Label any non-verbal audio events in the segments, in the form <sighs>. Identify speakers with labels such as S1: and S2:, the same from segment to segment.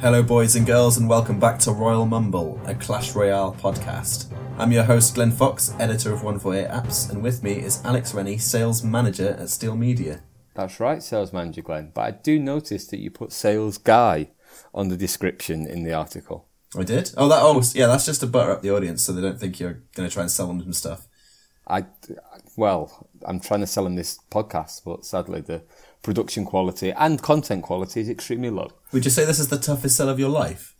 S1: Hello, boys and girls, and welcome back to Royal Mumble, a Clash Royale podcast. I'm your host, Glenn Fox, editor of 148 Apps, and with me is Alex Rennie, sales manager at Steel Media.
S2: That's right, sales manager Glenn. But I do notice that you put sales guy on the description in the article.
S1: I did? Oh, that almost, yeah, that's just to butter up the audience so they don't think you're going to try and sell them some stuff.
S2: I, well, I'm trying to sell them this podcast, but sadly the production quality and content quality is extremely low.
S1: Would you say this is the toughest sell of your life?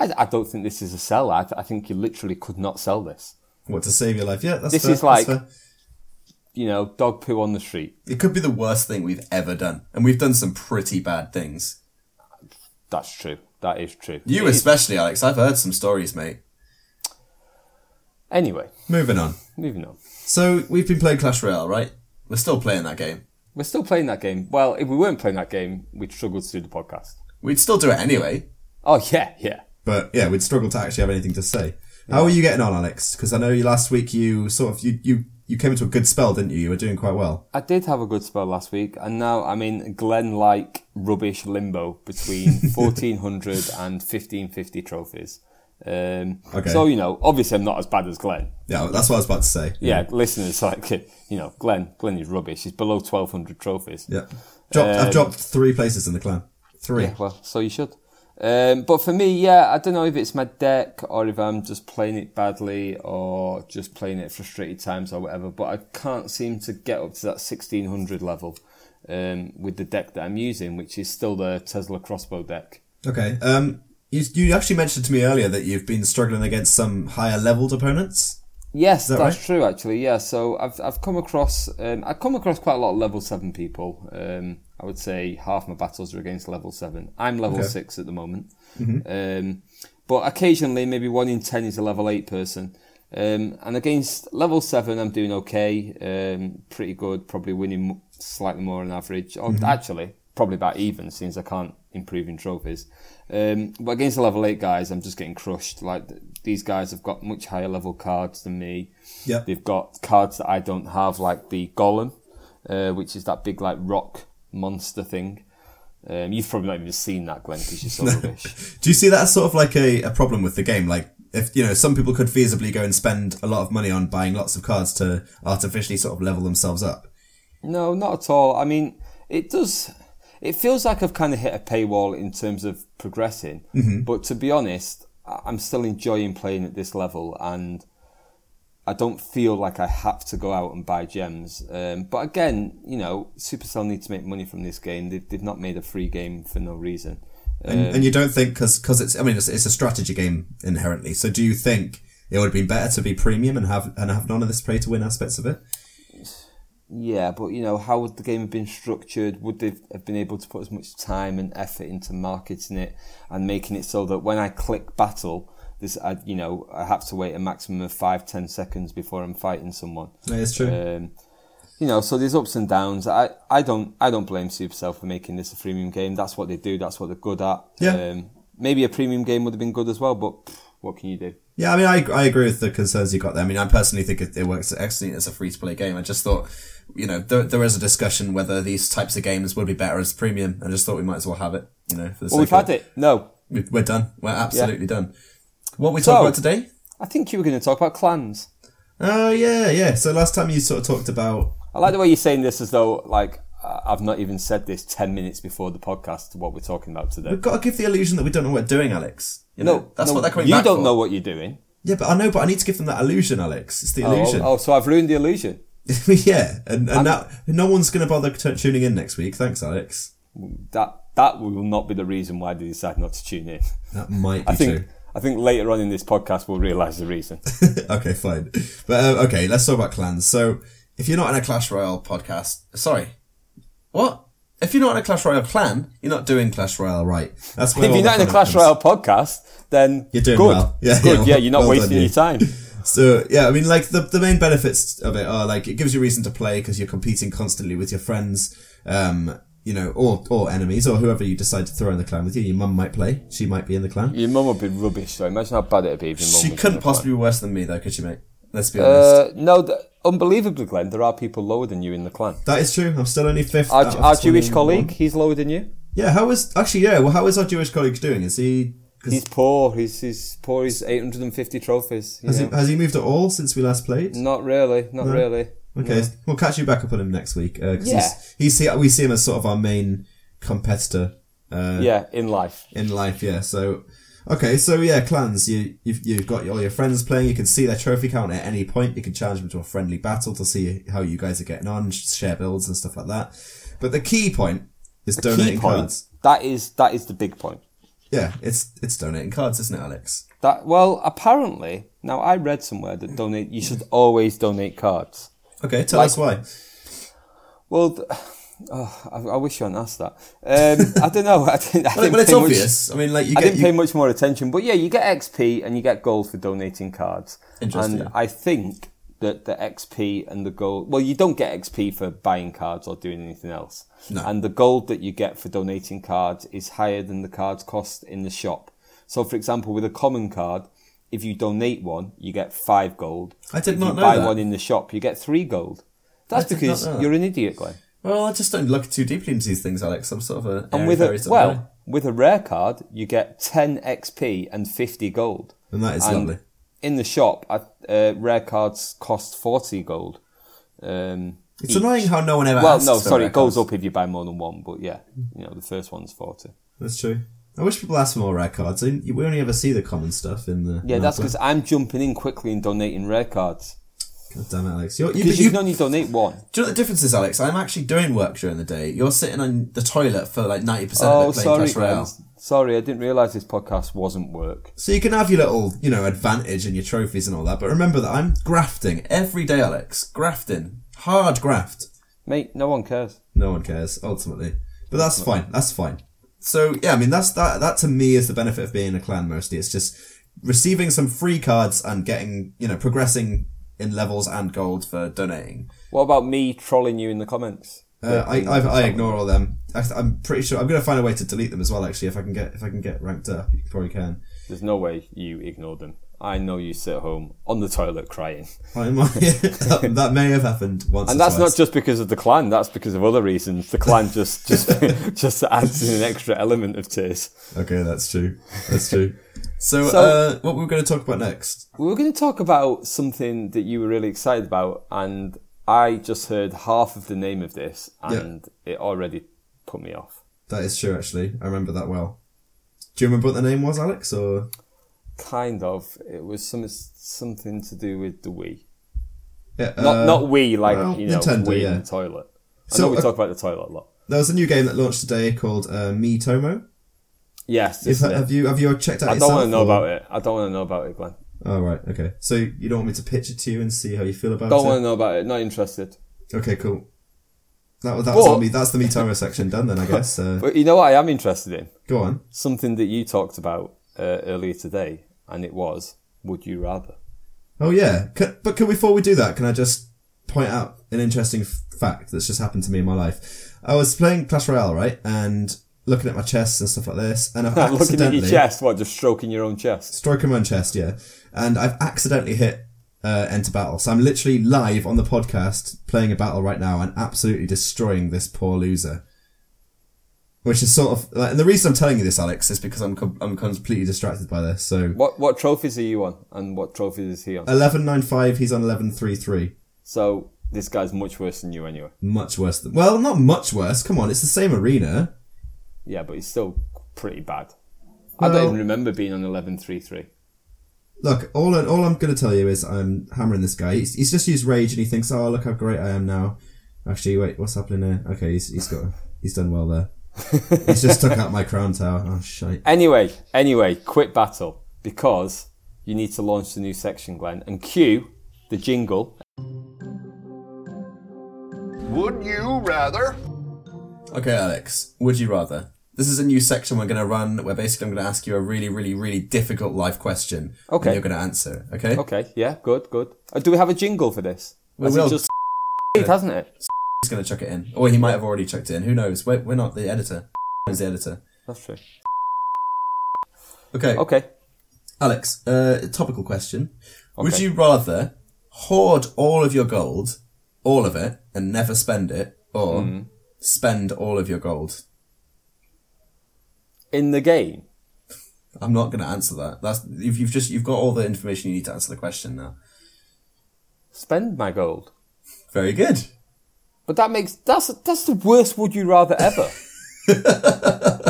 S2: I, I don't think this is a sell. I, I think you literally could not sell this.
S1: What, to save your life? Yeah, that's
S2: This
S1: fair,
S2: is like-
S1: that's fair.
S2: You know, dog poo on the street.
S1: It could be the worst thing we've ever done, and we've done some pretty bad things.
S2: That's true. That is true.
S1: You
S2: It is-
S1: especially, Alex. I've heard some stories, mate.
S2: Anyway,
S1: Moving on.
S2: moving on.
S1: So we've been playing Clash Royale, right? We're still playing that game.
S2: We're still playing that game. Well, if we weren't playing that game, we'd struggle to do the podcast.
S1: We'd still do it anyway.
S2: Oh yeah, yeah.
S1: But yeah, we'd struggle to actually have anything to say. How are you getting on, Alex? Because I know you last week you sort of you, you you came into a good spell, didn't you? You were doing quite well.
S2: I did have a good spell last week, and now I'm in Glen like rubbish limbo between 1400 and 1550 trophies. Um,
S1: Okay.
S2: So, you know, obviously I'm not as bad as Glen.
S1: Yeah, that's what I was about to say.
S2: Yeah, listeners, like, <laughs> you know, Glen, Glenn is rubbish. He's below 1200 trophies.
S1: Yeah. Dropped, I've
S2: Um,
S1: dropped three places in the clan. Three.
S2: Yeah, well, so you should. Um, but for me, yeah, I don't know if it's my deck or if I'm just playing it badly or just playing it at frustrated times or whatever. But I can't seem to get up to that 1600 level um, with the deck that I'm using, which is still the Tesla crossbow deck.
S1: Okay. Um, you you actually mentioned to me earlier that you've been struggling against some higher leveled opponents.
S2: Yes,
S1: that
S2: that's
S1: right?
S2: true. Actually, yeah. So I've I've come across um, I've come across quite a lot of level seven people. Um, I would say half my battles are against level seven. I'm level
S1: Okay. Mm-hmm.
S2: six at the moment, um, but occasionally maybe one in ten is a level eight person. Um, and against level seven, I'm doing okay, um, pretty good. Probably winning m- slightly more on average. Or
S1: Mm-hmm.
S2: actually, probably about even since I can't improve in trophies. Um, but against the level eight guys, I'm just getting crushed. Like th- these guys have got much higher level cards than me.
S1: Yep.
S2: They've got cards that I don't have, like the Golem, uh, which is that big like rock monster thing. Um, you've probably not even seen that, Glenn, because you're so rubbish.
S1: Do you see that as sort of like a, a problem with the game? Like, if, you know, some people could feasibly go and spend a lot of money on buying lots of cards to artificially sort of level themselves up.
S2: No, not at all. I mean, it does. It feels like I've kind of hit a paywall in terms of progressing. But to be honest, I- I'm still enjoying playing at this level, and I don't feel like I have to go out and buy gems. Um, but again, you know, Supercell need to make money from this game. They've, they've not made a free game for no reason.
S1: And, and
S2: Um,
S1: you don't think, because it's, I mean, it's, it's a strategy game inherently. So do you think it would have been better to be premium and have, and have none of this pay to win aspects of it?
S2: Yeah, but you know, how would the game have been structured? Would they have been able to put as much time and effort into marketing it and making it so that when I click battle, this I, you know, I have to wait a maximum of five, ten seconds before I'm fighting someone.
S1: That is true.
S2: Um, you know, so there's ups and downs. I, I don't I don't blame Supercell for making this a freemium game. That's what they do. That's what they're good at.
S1: Yeah.
S2: Um, maybe a premium game would have been good as well, but pff, what can you do?
S1: Yeah, I mean, I, I agree with the concerns you got there. I mean, I personally think it, it works excellently as a free to play game. I just thought, you know, there, there is a discussion whether these types of games would be better as premium. I just thought we might as well have it, you know, for the
S2: Well, Oh, we've
S1: sake of
S2: had it. No,
S1: We- We're done. We're absolutely done. What we talk
S2: So-
S1: about today?
S2: I think you were going to talk about clans.
S1: Oh yeah, yeah. So last time you sort of talked about
S2: I like the way you're saying this as though like I- I've not even said this ten minutes before the podcast. What we're talking about today.
S1: we've got to give the illusion that we don't know what we're doing, Alex. You know,
S2: No,
S1: that's
S2: no,
S1: what they're coming
S2: You
S1: back
S2: don't
S1: for.
S2: know what you're doing.
S1: Yeah, but I know. But I need to give them that illusion, Alex. It's the illusion.
S2: Oh, oh, so I've ruined the illusion.
S1: <laughs> yeah, and, and now no one's going to bother t- tuning in next week. Thanks, Alex.
S2: That that will not be the reason why they decide not to
S1: <laughs>
S2: tune in.
S1: That might be
S2: I think
S1: true. <laughs>
S2: I think later on in this podcast we'll realise the reason.
S1: okay, fine. But uh, okay, let's talk about clans. So, if you're not in a Clash Royale podcast, sorry, what? If you're not in a Clash Royale clan, you're not doing Clash Royale right. That's where
S2: if
S1: all
S2: you're
S1: the
S2: not in a
S1: fun
S2: Clash
S1: comes.
S2: Royale podcast, then
S1: You're doing
S2: good.
S1: well. Yeah,
S2: good.
S1: yeah,
S2: Yeah,
S1: well-
S2: you're not
S1: well done,
S2: wasting
S1: you. <laughs>
S2: your time.
S1: So yeah, I mean, like the the main benefits of it are like it gives you reason to play because you're competing constantly with your friends, um, you know, or or enemies or whoever you decide to throw in the clan with you. Your mum might play; she might be in the clan.
S2: Your mum would be rubbish. So imagine how bad it would be if your mum.
S1: She
S2: was
S1: couldn't
S2: in the clan.
S1: possibly be worse than me, though, could she, mate? Let's be honest.
S2: Uh, no, th- unbelievably, Glenn, there are people lower than you in the clan.
S1: that is true. I'm still only fifth.
S2: Our,
S1: out of
S2: our Jewish
S1: 21.
S2: colleague, he's lower than you.
S1: Yeah, how is actually? Yeah, well, how is our Jewish colleague doing? Is he? Cause
S2: He's poor. He's he's poor. He's 850 trophies. you
S1: has he
S2: know.
S1: has he moved at all since we last played?
S2: Not really. Not
S1: No.
S2: really.
S1: Okay, we'll catch you back up on him next week. Uh, 'cause
S2: Yeah.
S1: he's, he's see we see him as sort of our main competitor. Uh,
S2: Yeah, in life.
S1: in life. Yeah. So, okay. So yeah, clans. You you've, you've got all your friends playing. You can see their trophy count at any point. You can challenge them to a friendly battle to see how you guys are getting on, share builds and stuff like that. But the key point is donating
S2: Key point.
S1: cards.
S2: That is that is the big point.
S1: Yeah, it's it's donating cards, isn't it, Alex?
S2: That well, apparently now I read somewhere that donate you should always donate cards.
S1: Okay, tell us why.
S2: Well, th- <sighs> oh, I, I wish you hadn't asked that. Um, I don't know. <laughs> I didn't. I
S1: Well,
S2: didn't
S1: well, it's
S2: pay much-
S1: obvious. I mean, like you
S2: I
S1: get
S2: didn't
S1: you,
S2: pay much more attention, but yeah, you get XP and you get gold for donating cards.
S1: Interesting.
S2: And I think that the XP and the gold, well, you don't get XP for buying cards or doing anything else.
S1: No.
S2: And the gold that you get for donating cards is higher than the cards cost in the shop. So, for example, with a common card, if you donate one, you get five gold.
S1: I did
S2: if
S1: not
S2: you
S1: know
S2: buy
S1: that.
S2: one in the shop, you get three gold. That's
S1: did not
S2: because
S1: know that.
S2: you're an idiot, Glenn.
S1: well, I just don't look too deeply into these things, Alex. I'm sort of a
S2: And with
S1: airy-fairy
S2: a
S1: sort of
S2: well,
S1: guy.
S2: with a rare card, you get ten XP and fifty gold.
S1: and that is
S2: And
S1: lovely.
S2: In the shop, I- uh, rare cards cost forty gold. Um,
S1: It's
S2: each.
S1: annoying how no one ever.
S2: Well,
S1: asks
S2: no,
S1: for
S2: sorry, it
S1: records.
S2: goes up if you buy more than one, but yeah, you know the first one's forty.
S1: That's true. I wish people asked for more rare cards. I- We only ever see the common stuff in the.
S2: Yeah,
S1: in
S2: that's
S1: our play.
S2: because I'm jumping in quickly and donating rare cards
S1: God damn it, Alex. You're, you,
S2: because
S1: you,
S2: you can only donate one.
S1: do you know what the difference is, Alex? I'm actually doing work during the day. You're sitting on the toilet for like 90%
S2: Oh,
S1: of it playing
S2: sorry,
S1: Clash Royale.
S2: guys. sorry, I didn't realise this podcast wasn't work.
S1: So you can have your little, you know, advantage and your trophies and all that. But remember that I'm grafting every day, Alex. Grafting. Hard graft.
S2: Mate, no one cares.
S1: No one cares, ultimately. But that's fine. That's fine. So yeah, I mean that's that that to me is the benefit of being a clan mostly. It's just receiving some free cards and getting, you know, progressing in levels and gold for donating.
S2: What about me trolling you in the comments?
S1: Uh, I, I I ignore all them. I, I'm pretty sure I'm gonna find a way to delete them as well. Actually, if I can get if I can get ranked up, you probably can.
S2: There's no way you ignore them. I know you sit at home on the toilet crying.
S1: I might- <laughs> that, that may have happened once.
S2: <laughs> And
S1: or
S2: that's
S1: twice.
S2: not just because of the clan, that's because of other reasons. The clan just <laughs> just just adds an extra element of tears.
S1: okay. That's true. That's
S2: <laughs>
S1: true. So,
S2: So-
S1: uh, what we're going to talk about next?
S2: We were going to talk about something that you were really excited about, and I just heard half of the name of this, and it already put me off.
S1: That is true. Actually, I remember that well. Do you remember what the name was, Alex? Or
S2: Kind of. It was some something to do with the Wii.
S1: Yeah,
S2: Not
S1: uh,
S2: not Wii like
S1: well,
S2: you know
S1: Nintendo,
S2: Wii
S1: yeah.
S2: in the toilet. I
S1: So,
S2: know we
S1: uh,
S2: talk about the toilet a lot.
S1: There was a new game that launched today called uh, Me Tomo.
S2: Yes,
S1: Is
S2: this
S1: that,
S2: is it.
S1: have you have you checked out?
S2: I don't
S1: want
S2: want to know about it. I don't want to know about it, Glenn.
S1: Oh right, okay. So you don't want me to pitch it to you and see how you feel about
S2: Don't
S1: it?
S2: want to know about it. Not interested.
S1: Okay, cool. That, that was
S2: But-
S1: on me. That's the Me Tomo section done then, I guess.
S2: <laughs>
S1: Uh,
S2: But you know what I am interested in?
S1: go on.
S2: Something that you talked about uh, earlier today, and it was Would You Rather? <laughs>
S1: Oh yeah, C- but can, before we do that, can I just point out an interesting f- fact that's just happened to me in my life? I was playing Clash Royale, right, and looking at my chests and stuff like this, and I've
S2: <laughs> Looking at
S1: accidentally
S2: your chest, what, just stroking your own chest?
S1: Stroke in Manchester, yeah. And I've accidentally hit uh, Enter Battle. So I'm literally live on the podcast playing a battle right now and absolutely destroying this poor loser. Which is sort of. Like, and the reason I'm telling you this, Alex, is because I'm, com- I'm completely distracted by this. So
S2: What what trophies are you on, and what trophies is he on?
S1: 11.95, he's on 11.33.
S2: so this guy's much worse than you anyway.
S1: Much worse than. Well, not much worse. Come on, it's the same arena.
S2: Yeah, but he's still pretty bad. I
S1: Well-
S2: don't even remember being on eleven three three.
S1: Look, all, I- all I'm going to tell you is I'm hammering this guy. He's, he's just used rage and he thinks, oh, look how great I am now. Actually, wait, what's happening here? Okay, he's, he's got, he's done well there. he's just took out my crown tower. Oh, shite.
S2: Anyway, anyway, quit battle because you need to launch the new section, Glenn, and cue the jingle.
S3: Would you rather?
S1: Okay, Alex, would you rather? This is a new section we're going to run where basically I'm going to ask you a really, really, really difficult life question.
S2: Okay.
S1: And you're going to answer, okay?
S2: Okay, yeah, good, good. Uh, do we have a jingle for this?
S1: We
S2: Has it
S1: will.
S2: just <laughs> hasn't it?
S1: He's going to chuck it in. Or he might have already chucked it in. Who knows? We're, we're not the editor. Is the editor.
S2: That's true.
S1: Okay.
S2: Okay.
S1: Alex, uh, topical question. Would
S2: Okay.
S1: you rather hoard all of your gold, all of it, and never spend it, or spend all of your gold?
S2: in the game?
S1: I'm not going to answer that. That's you've, you've just you've got all the information you need to answer the question now.
S2: Spend my gold.
S1: Very good.
S2: But that makes that's that's the worst would you rather
S1: <laughs>
S2: ever.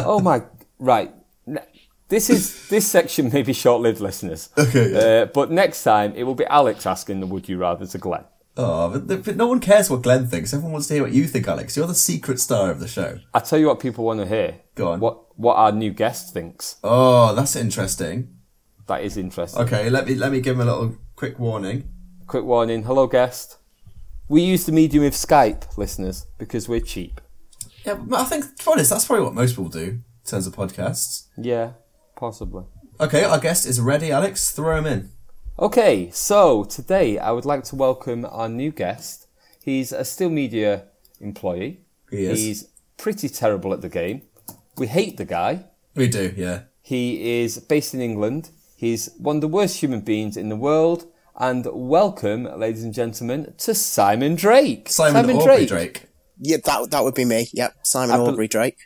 S2: oh my right. Ne- This is this section may be short lived listeners.
S1: Okay,
S2: Uh, but next time it will be Alex asking the would you rather to Glenn.
S1: <laughs> Oh, but, th- but no one cares what Glenn thinks. Everyone wants to hear what you think, Alex. You're the secret star of the show.
S2: I tell you what people want to hear.
S1: Go on.
S2: What what our new guest thinks.
S1: Oh, that's interesting.
S2: That is interesting.
S1: Okay, let me let me give him a little quick warning.
S2: Quick warning. Hello guest. We use the medium of Skype, listeners, because we're cheap.
S1: Yeah, but I think to be honest, that's probably what most people do in terms of podcasts.
S2: Yeah, possibly.
S1: Okay, our guest is ready, Alex. Throw him in.
S2: Okay, so today I would like to welcome our new guest. He's a Still Media employee.
S1: He is.
S2: He's pretty terrible at the game. We hate the guy.
S1: We do, yeah.
S2: He is based in England. He's one of the worst human beings in the world. And welcome, ladies and gentlemen, to Simon Drake.
S1: Simon, Aubrey Drake.
S4: Yeah, that that would be me. Yep, Simon
S2: bel-
S4: Aubrey Drake.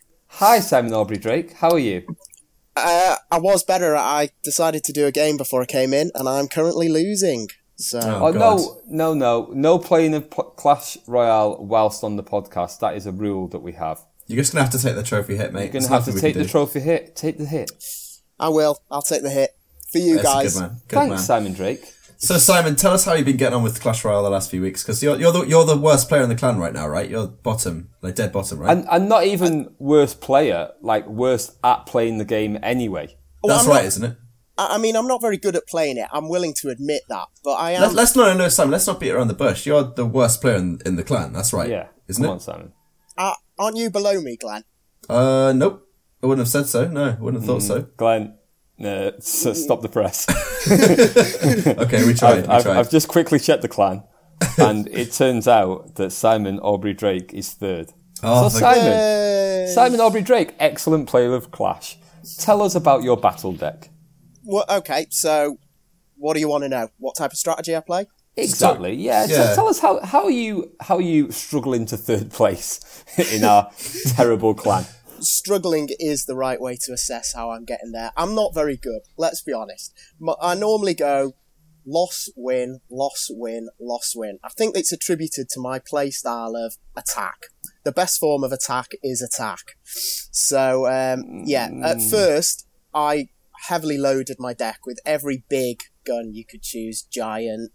S2: Hi, Simon Aubrey Drake. How are you?
S4: Uh, I was better. I decided to do a game before I came in, and I'm currently losing. So
S1: Oh.
S2: Oh,
S1: God.
S2: no, no, no. No playing of po- Clash Royale whilst on the podcast. That is a rule that we have.
S1: You're just gonna have to take the trophy hit, mate.
S2: You're going
S1: There's
S2: to have
S1: nothing
S2: to
S1: we can
S2: take the
S1: do.
S2: trophy hit. Take the hit.
S4: I will. I'll take the hit for you
S1: That's a
S4: guys.
S1: Good man. Good
S2: Thanks,
S1: man.
S2: Simon Drake.
S1: So Simon, tell us how you've been getting on with Clash Royale the last few weeks, because you're you're the, you're the worst player in the clan right now, right? You're bottom, like dead bottom, right?
S2: And, and not even worst player, like worst at playing the game anyway.
S4: Well,
S1: That's
S4: I'm
S1: right,
S4: not-
S1: isn't it?
S4: I, I mean, I'm not very good at playing it. I'm willing to admit that, but I am.
S1: Let, let's no, no, no, Simon. Let's not beat around the bush. You're the worst player in, in the clan. That's right.
S2: Yeah.
S1: isn't
S2: Come
S1: it?
S2: on, Simon.
S4: uh, aren't you below me, Glenn?
S1: Uh, nope. I wouldn't have said so. No, I wouldn't have
S2: Mm.
S1: thought so.
S2: Glenn, no, so stop
S1: <laughs>
S2: the press.
S1: Okay, we tried.
S2: I've,
S1: we
S2: I've,
S1: tried.
S2: I've just quickly checked
S1: <laughs>
S2: the clan, and it turns out that Simon Aubrey Drake is third.
S1: Oh,
S2: so
S1: thank-
S2: Simon,
S4: Yay.
S2: Simon Aubrey Drake, excellent player of Clash. Tell us about your battle deck.
S4: Well, okay, so what do you want to know? What type of strategy I play?
S2: Exactly. yeah. t-
S1: yeah.
S2: tell us how, how are you how are you struggling to third place <laughs> in our terrible clan?
S4: struggling is the right way to assess how I'm getting there. I'm not very good, let's be honest. M- I normally go loss, win, loss, win, loss, win. I think it's attributed to my play style of attack. The best form of attack is attack. So, um, yeah, at
S2: Mm.
S4: first, I heavily loaded my deck with every big gun you could choose giant,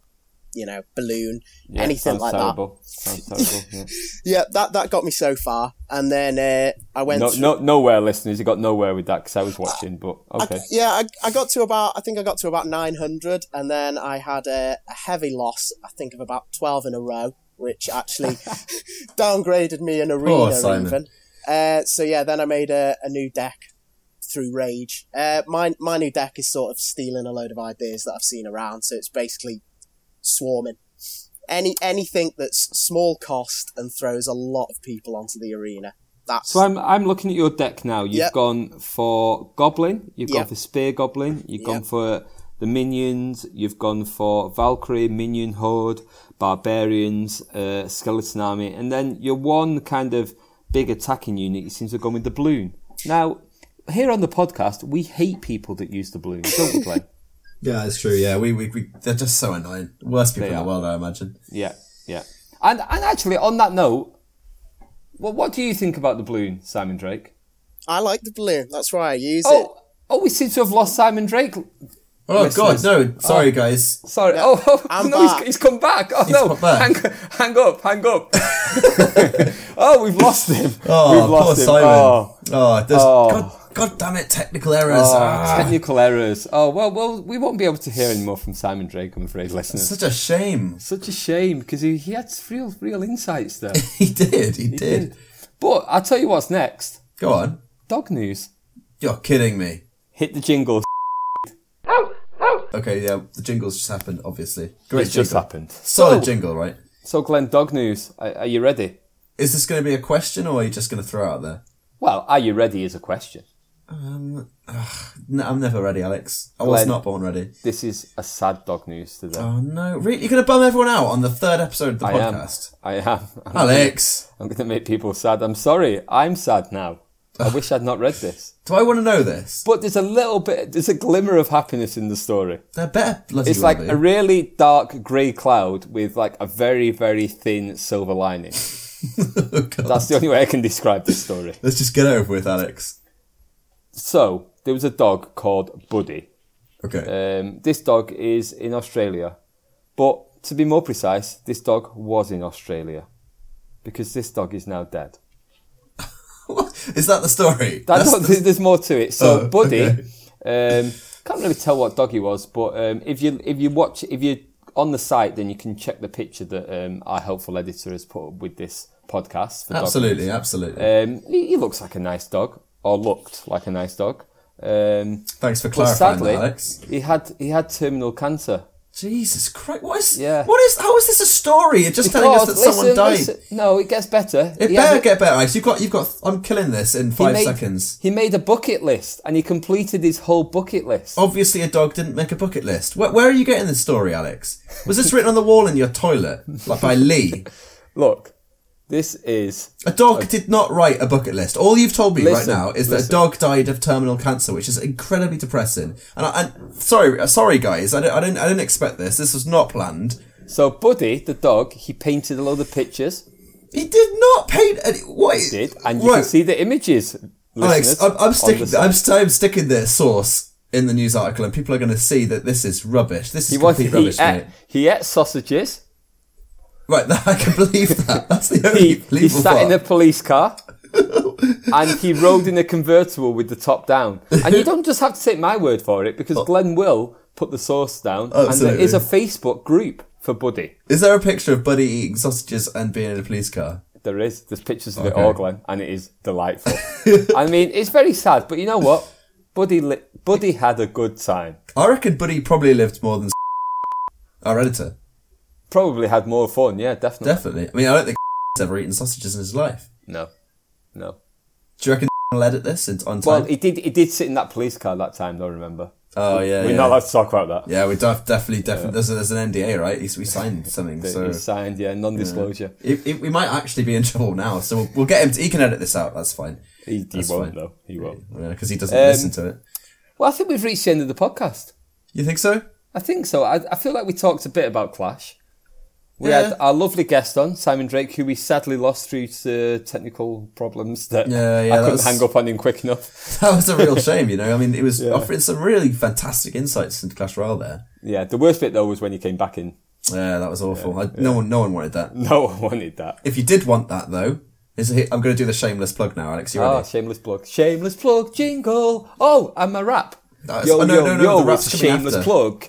S4: you know, balloon,
S2: Yeah,
S4: <laughs> anything
S2: sounds
S4: like that.
S2: terrible. Sounds terrible.
S4: <laughs>
S2: yeah.
S4: Yeah, that, that got me so far. And then uh, I went
S2: No,
S4: through-
S2: no, nowhere, listeners. You got nowhere with that because I was watching. But okay,
S4: I, yeah, I, I got to about, I think I got to about 900, and then I had a, a heavy loss, I think of about 12 in a row, which actually
S2: <laughs>
S4: downgraded me in arena
S1: Poor Simon.
S4: even. Uh, so yeah, then I made a, a new deck through Rage. Uh, my, my new deck is sort of stealing a load of ideas that I've seen around, so it's basically swarming. Any anything that's small cost and throws a lot of people onto the arena. That's
S2: so I'm I'm looking at your deck now. You've
S4: Yep.
S2: gone for goblin. You've gone
S4: Yep.
S2: for spear goblin. You've gone
S4: Yep.
S2: for the minions. You've gone for Valkyrie, minion horde, barbarians, uh, skeleton army, and then your one kind of big attacking unit you seem to have gone with the balloon. Now, here on the podcast, we hate people that use the balloon, don't we, Glenn?
S1: yeah, it's true. Yeah, we, we, we they're just so annoying. Worst people
S2: They
S1: in the
S2: are.
S1: world, I imagine.
S2: Yeah, yeah. And and actually, on that note, well, what do you think about the balloon, Simon Drake?
S4: I like the balloon. That's why I use it.
S2: Oh, oh, we seem to have lost Simon Drake.
S1: Oh God,
S2: Listeners.
S1: no! Sorry, guys.
S2: Sorry. Oh, oh, <laughs>
S4: I'm
S2: no, he's,
S4: back.
S2: he's come back. Oh no,
S1: come back.
S2: Hang, hang up, hang <laughs> up. oh, we've lost him.
S1: Oh,
S2: we've lost
S1: poor
S2: him.
S1: Simon.
S2: Oh.
S1: Oh, there's
S2: Oh.
S1: God, God damn it, technical errors.
S2: Oh,
S1: Ah.
S2: technical errors. Oh well, well, we won't be able to hear any more from Simon Drake, I'm afraid, listeners.
S1: Such a shame. <laughs>
S2: Such a shame because he, he had real real insights <laughs> there.
S1: He did. He, did.
S2: But I'll tell you what's next.
S1: Go on.
S2: Dog news.
S1: You're kidding me.
S2: Hit the jingle.
S1: Okay, yeah, the jingles just happened. Obviously, great
S2: It's just
S1: jingle.
S2: happened. Oh.
S1: Solid
S2: So-
S1: jingle, right?
S2: So, Glenn, dog news. Are, are you ready?
S1: Is this going to be a question, or are you just going to throw it out there?
S2: Well, are you ready is a question.
S1: Um, ugh, no, I'm never ready, Alex. I was
S2: Glenn.
S1: not born ready.
S2: This is a sad dog news today.
S1: Oh no! Really? You're going to bum everyone out on the third episode of the
S2: I am.
S1: podcast,
S2: I am. I'm
S1: Alex.
S2: I'm going to make people sad. I'm sorry. I'm sad now. I wish I'd not read this.
S1: Do I want to know this?
S2: But there's a little bit, there's a glimmer of happiness in the story.
S1: They're better. Bloody
S2: It's like
S1: well
S2: a
S1: be.
S2: really dark grey cloud with like a very, very thin silver lining.
S1: <laughs> Oh, God.
S2: That's the only way I can describe this story.
S1: Let's just get over with, Alex.
S2: So, there was a dog called Buddy.
S1: <laughs> Okay.
S2: Um, this dog is in Australia. But to be more precise, this dog was in Australia because this dog is now dead.
S1: Is that the story?
S2: That
S1: That's
S2: dog,
S1: the-
S2: there's more to it. So,
S1: Oh,
S2: Buddy,
S1: okay.
S2: um, can't really tell what dog he was, but um, if you if you watch if you're on the site, then you can check the picture that um, our helpful editor has put up with this podcast. For
S1: <laughs>
S2: dog
S1: absolutely, absolutely.
S2: Um, he, he looks like a nice dog, or looked like a nice dog. Um,
S1: Thanks for
S2: but
S1: clarifying,
S2: sadly,
S1: Alex.
S2: he had he had terminal cancer.
S1: Jesus Christ! What is?
S2: Yeah.
S1: What is? How is this a story? You're just telling us that
S2: Because-
S1: someone died.
S2: listen, no, it gets better.
S1: It
S2: He had
S1: better
S2: a-
S1: get better, Alex. You've got, you've got. I'm killing this in
S2: he
S1: five
S2: made-
S1: seconds.
S2: He made a bucket list, and he completed his whole bucket list.
S1: Obviously, a dog didn't make a bucket list. Where, where are you getting this story, Alex? Was this written on the wall in your toilet, like by Lee?
S2: Look, this is
S1: A dog did not write a bucket list. All you've told me right
S2: Listen,
S1: now is that a
S2: listen.
S1: dog died of terminal cancer, which is incredibly depressing. And I, and sorry, uh, sorry guys, I didn't, I didn't, I didn't expect this. This was not planned.
S2: So Buddy, the dog, he painted a load of pictures.
S1: He did not paint any. What
S2: He did, and you can see the images.
S1: Alex,
S2: listeners,
S1: I'm,
S2: on
S1: I'm sticking,
S2: the-
S1: I'm, st- I'm sticking this source in the news article, and people are going to see that this is rubbish. This is
S2: He was
S1: complete
S2: he
S1: rubbish, mate.
S2: ate, he
S1: <laughs>
S2: ate sausages.
S1: Right, <laughs> I can believe that. That's the only
S2: He, he
S1: believable
S2: sat
S1: part.
S2: in a
S1: <laughs>
S2: police car, and he rode in a convertible with the top down. And you don't just have to take my word for it because Glenn will put the source down, and
S1: Oh. Absolutely.
S2: there is a Facebook group for Buddy.
S1: Is there a picture of Buddy eating sausages and being in a police car?
S2: There is. There's pictures of it
S1: Okay.
S2: all, Glenn, and
S1: <laughs>
S2: it is delightful. I mean, it's very sad, but you know what? Buddy, li- Buddy had a good time.
S1: I reckon Buddy probably lived more than <laughs> our editor.
S2: Probably had more fun. Yeah, definitely.
S1: Definitely. I mean, I don't think <laughs> has ever eaten sausages in his life.
S2: No, no.
S1: Do you reckon <laughs> will edit this in, on time?
S2: Well, he did. He did sit in that police car that time, though. Remember?
S1: oh yeah,
S2: We're
S1: yeah.
S2: not allowed to talk about that.
S1: yeah, we def- definitely, definitely. There's, a, there's an NDA, right? He's- We signed something,
S2: That
S1: so
S2: He signed, yeah, non-disclosure.
S1: It- it- we might actually be in <laughs> trouble now. So we'll, we'll get him. To, he can edit this out. That's fine.
S2: He, he
S1: That's
S2: won't,
S1: fine.
S2: though. He won't.
S1: because he doesn't
S2: Um,
S1: listen to it.
S2: Well, I think we've reached the end of the podcast.
S1: You think so? <laughs>
S2: I think so. I, I feel like we talked a bit about Clash. We
S1: Yeah.
S2: had our lovely guest on, Simon Drake, who we sadly lost through to technical problems that
S1: Yeah, yeah,
S2: I
S1: that
S2: couldn't
S1: was-
S2: hang up on him quick enough.
S1: That was a real shame, you know. I mean, it was offering some really fantastic insights into Clash Royale there.
S2: Yeah, the worst bit, though, was when he came back in. <laughs>
S1: Yeah, that was awful. I, No one, no one wanted that.
S2: No one wanted that.
S1: If you did want that though, is it, I'm going to do the shameless plug now, Alex. You ready?
S2: Ah, shameless plug. Shameless plug, jingle. Oh, and my rap.
S1: That's- oh, no, no, no, the rap's
S2: it's
S1: coming
S2: shameless
S1: after.
S2: plug.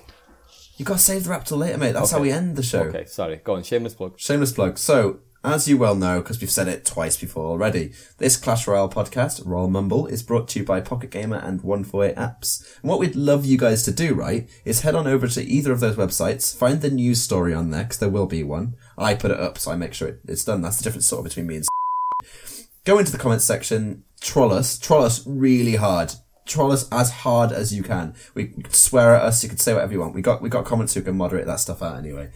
S1: You got to save the rap till later, mate. That's how we end the show.
S2: Okay, sorry. Go on, shameless plug.
S1: Shameless plug. So, as you well know, because we've said it twice before already, this Clash Royale podcast, Royal Mumble, is brought to you by Pocket Gamer and 148 Apps. And what we'd love you guys to do, right, is head on over to either of those websites, find the news story on there, because there will be one. I put it up, so I make sure it, it's done. That's the difference sort of between me and go into the comments section, troll us, troll us really hard. Troll us as hard as you can. We you could swear at us, you could say whatever you want. We got we got comments who can moderate that stuff out anyway.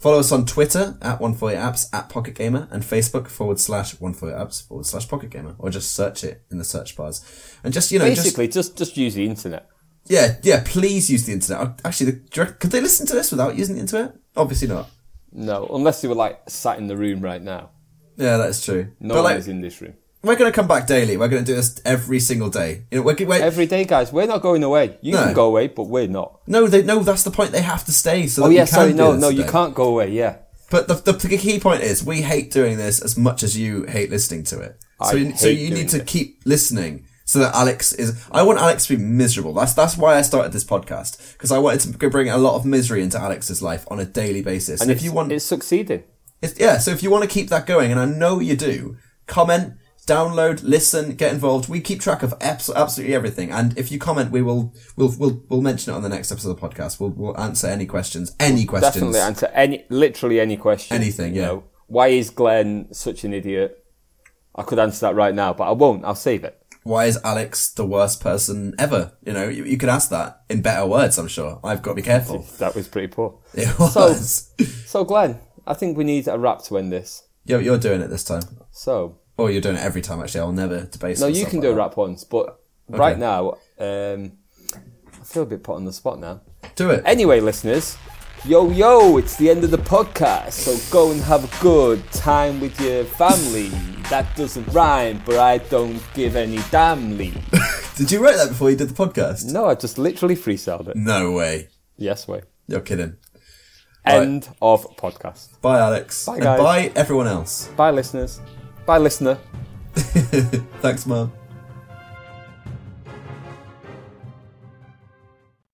S1: Follow us on Twitter at 148apps at Pocket Gamer and Facebook forward slash 148apps forward slash Pocket Gamer or just search it in the search bars. And just, you know, just,
S2: Basically, just, just use the internet.
S1: yeah, yeah, please use the internet. Uh, Actually, the, do you reckon- could they listen to this without using the internet? Obviously not.
S2: No, unless they were like sat in the room right now.
S1: Yeah, that's true.
S2: No
S1: but
S2: one
S1: like,
S2: is in this room.
S1: we're going to come back daily. We're going to do this every single day. You know, we're, we're,
S2: Every day, guys, we're not going away. You
S1: No.
S2: can go away, but we're not.
S1: No, they no. That's the point. They have to stay. So
S2: Oh
S1: that
S2: yeah,
S1: you can
S2: sorry,
S1: do
S2: no,
S1: this
S2: no, you
S1: today.
S2: can't go away. Yeah,
S1: But the, the, the key point is, we hate doing this as much as you hate listening to it.
S2: I
S1: so you, so
S2: hate
S1: you
S2: doing
S1: need to
S2: this.
S1: keep listening. So that Alex is, I want Alex to be miserable. That's that's why I started this podcast because I wanted to go bring a lot of misery into Alex's life on a daily basis. And if
S2: It's-
S1: you want,
S2: it's succeeding.
S1: it's, yeah, so if you want to keep that going, and I know you do, comment, download, listen, get involved. We keep track of abs- absolutely everything, and if you comment, we will we'll we'll, we'll mention it on the next episode of the podcast. We'll we'll answer any questions, any questions.
S2: Definitely answer any, literally any question.
S1: Anything,
S2: you
S1: yeah.
S2: know. why is Glenn such an idiot? I could answer that right now, but I won't. I'll save it.
S1: Why is Alex the worst person ever? You know, you, you could ask that in better words. I'm sure. I've got to be careful. <laughs>
S2: That was pretty poor.
S1: It was.
S2: So, Glenn, I think we need a rap to end this.
S1: you're, you're doing it this time.
S2: So,
S1: Oh, you're doing it every time. Actually, I'll never debase.
S2: No, you
S1: myself
S2: can
S1: like
S2: do
S1: that.
S2: rap once, but right now, um, I feel a bit put on the spot now.
S1: Do it.
S2: Anyway, listeners, yo yo, it's the end of the podcast, so go and have a good time with your family. That doesn't rhyme, but I don't give any damnly.
S1: Did you write that before you did the podcast?
S2: No, I just literally freestyled it.
S1: No way.
S2: Yes, way.
S1: You're kidding.
S2: End of podcast.
S1: Bye, Alex.
S2: Bye,
S1: and
S2: guys.
S1: bye, everyone else. <laughs>
S2: Bye, listeners. Bye, listener.
S1: Thanks, Mum.